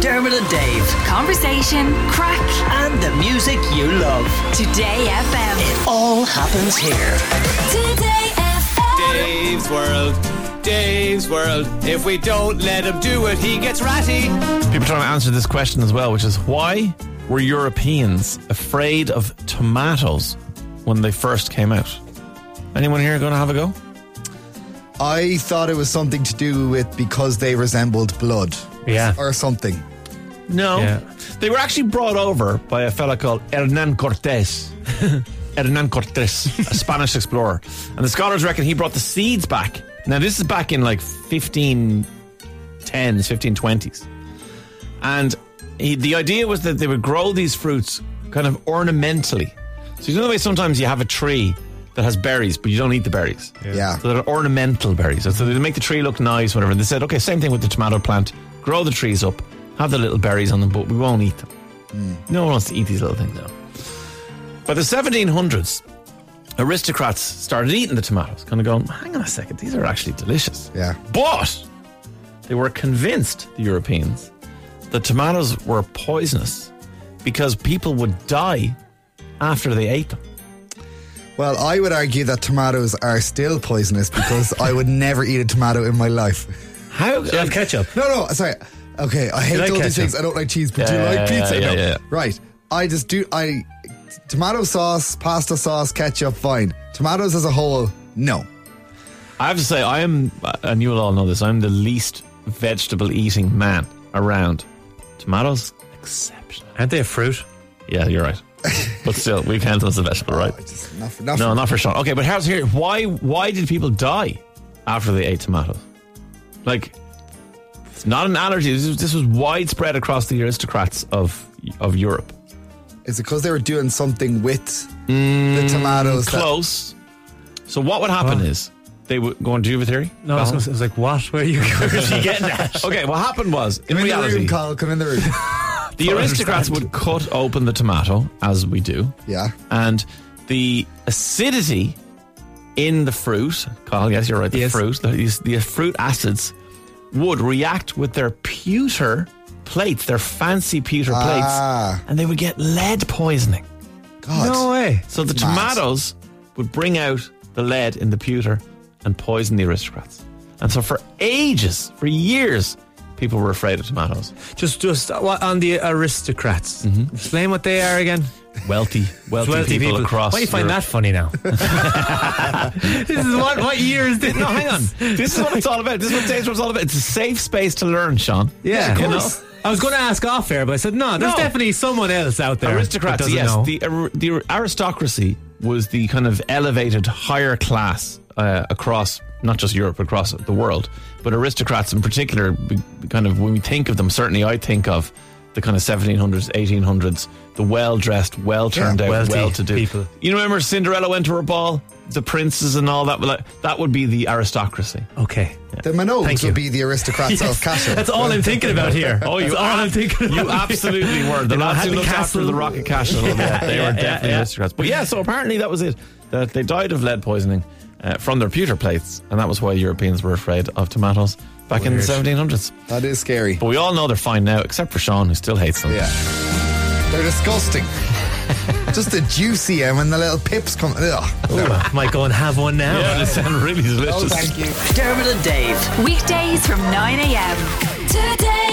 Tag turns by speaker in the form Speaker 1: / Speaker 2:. Speaker 1: Dermot and Dave,
Speaker 2: Conversation, crack,
Speaker 1: and the music you love.
Speaker 2: Today FM.
Speaker 1: All happens here.
Speaker 2: Today FM.
Speaker 3: Dave's World. Dave's World. If we don't let him do it, he gets ratty.
Speaker 4: People trying to answer this question as well, which is why were Europeans afraid of tomatoes when they first came out? Anyone here going to have a go?
Speaker 5: I thought it was something to do with because they resembled blood.
Speaker 4: Yeah.
Speaker 5: Or something.
Speaker 4: No.
Speaker 3: Yeah.
Speaker 4: They were actually brought over by a fella called Hernan Cortes. Hernan Cortes, a Spanish explorer. And the scholars reckon he brought the seeds back. Now, this is back in like 1510s, 1520s. And he, the idea was that they would grow these fruits kind of ornamentally. So, you know the way sometimes you have a tree that has berries, but you don't eat the berries?
Speaker 5: Yeah.
Speaker 4: So they're ornamental berries. So they make the tree look nice, whatever. And they said, okay, same thing with the tomato plant. Grow the trees up, have the little berries on them, but we won't eat them. No one wants to eat these little things now. By the 1700s, aristocrats started eating the tomatoes, kind of going, hang on a second, these are actually delicious.
Speaker 5: Yeah.
Speaker 4: But they were convinced, the Europeans, that tomatoes were poisonous because people would die after they ate them.
Speaker 5: Well, I would argue that tomatoes are still poisonous because I would never eat a tomato in my life.
Speaker 4: How?
Speaker 6: Do you have ketchup?
Speaker 5: No, no, sorry. Okay, I hate
Speaker 6: like
Speaker 5: all these
Speaker 6: ketchup?
Speaker 5: things. I don't like cheese, but do you
Speaker 4: Yeah,
Speaker 5: like
Speaker 4: yeah,
Speaker 5: pizza?
Speaker 4: yeah,
Speaker 5: No.
Speaker 4: yeah, yeah.
Speaker 5: Right. I just do. I tomato sauce, pasta sauce, ketchup, fine. Tomatoes as a whole, no.
Speaker 4: I have to say, I am, and you will all know this, I'm the least vegetable eating man around. Tomatoes, exceptional.
Speaker 6: Aren't they a fruit?
Speaker 4: Yeah, you're right. But still, we count them as a vegetable, right?
Speaker 5: I just not for, not
Speaker 4: No,
Speaker 5: for-
Speaker 4: not for sure. Okay, but how's here? Why? Why did people die after they ate tomatoes? Like, it's not an allergy. This was, this was widespread across the aristocrats of of Europe.
Speaker 5: Is it because they were doing something with the tomatoes? that-
Speaker 4: Mm, Close. So what would happen is they would go on. Do you have a theory?
Speaker 6: No, I was,
Speaker 4: Val?
Speaker 6: gonna say- I was like, what? Where are you, where are you getting that?
Speaker 4: Okay, what happened was in
Speaker 5: Come in the room,
Speaker 4: reality,
Speaker 5: Carl. Come in the room.
Speaker 4: the aristocrats would
Speaker 6: understand.
Speaker 4: cut open the tomato as we do.
Speaker 5: yeah.
Speaker 4: and the acidity in the fruit, Carl, yes, you're right, the
Speaker 6: Yes.
Speaker 4: fruit, the, the fruit acids would react with their pewter plates, their fancy pewter
Speaker 5: Ah.
Speaker 4: plates, and they would get lead poisoning.
Speaker 5: God.
Speaker 6: way.
Speaker 4: So the
Speaker 5: Mad.
Speaker 4: tomatoes would bring out the lead in the pewter and poison the aristocrats. And so for ages, for years, people were afraid of tomatoes.
Speaker 6: Just, just uh, what, on the aristocrats. Explain what they are again.
Speaker 4: Wealthy, wealthy, Mm-hmm. people, across.
Speaker 6: Why do you find
Speaker 4: Europe.
Speaker 6: that funny now? this is what what year is this?
Speaker 4: No, hang on. This is what it's all about. This is what Dave's World's all about. It's a safe space to learn, Sean.
Speaker 6: Yeah,
Speaker 4: You know?
Speaker 6: I was going to ask off air, but I said no. There's
Speaker 4: No.
Speaker 6: definitely someone else out there. that
Speaker 4: Aristocrats,
Speaker 6: doesn't
Speaker 4: yes.
Speaker 6: know.
Speaker 4: The, ar- the aristocracy was the kind of elevated higher class uh, across not just Europe, but across the world. But aristocrats in particular, we- we kind of when we think of them, certainly I think of the kind of 1700s, 1800s, the well dressed, well turned
Speaker 5: Yeah,
Speaker 4: out,
Speaker 6: wealthy
Speaker 4: well to do
Speaker 6: people.
Speaker 4: You remember Cinderella went to her ball? The princes and all that. like, That would be the aristocracy.
Speaker 6: okay.
Speaker 4: Oh,
Speaker 5: The Minogues
Speaker 6: Thank you.
Speaker 5: would be the aristocrats of Castle.
Speaker 6: That's all I'm thinking about here.
Speaker 4: Oh, you
Speaker 6: That's all I'm
Speaker 4: ab-
Speaker 6: thinking. About
Speaker 4: You absolutely were. The
Speaker 6: You know,
Speaker 4: lads who
Speaker 6: Hatton
Speaker 4: looked after
Speaker 6: Castle.
Speaker 4: the Rocket Castle, yeah, they
Speaker 6: yeah,
Speaker 4: were
Speaker 6: yeah,
Speaker 4: definitely
Speaker 6: yeah.
Speaker 4: aristocrats. But yeah, so apparently that was it. That they died of lead poisoning uh, from their pewter plates, and that was why Europeans were afraid of tomatoes back in the
Speaker 6: Weird.
Speaker 4: 1700s.
Speaker 5: that is scary.
Speaker 4: But we all know they're fine now, except for Sean, who still hates them.
Speaker 5: Yeah. They're disgusting. Just the juicy and when the little pips come. Ugh.
Speaker 6: Ooh, might go and have one now.
Speaker 4: Yeah, they sound really delicious.
Speaker 5: Oh, thank you.
Speaker 1: Dermot and Dave.
Speaker 2: Weekdays from 9 a.m. Today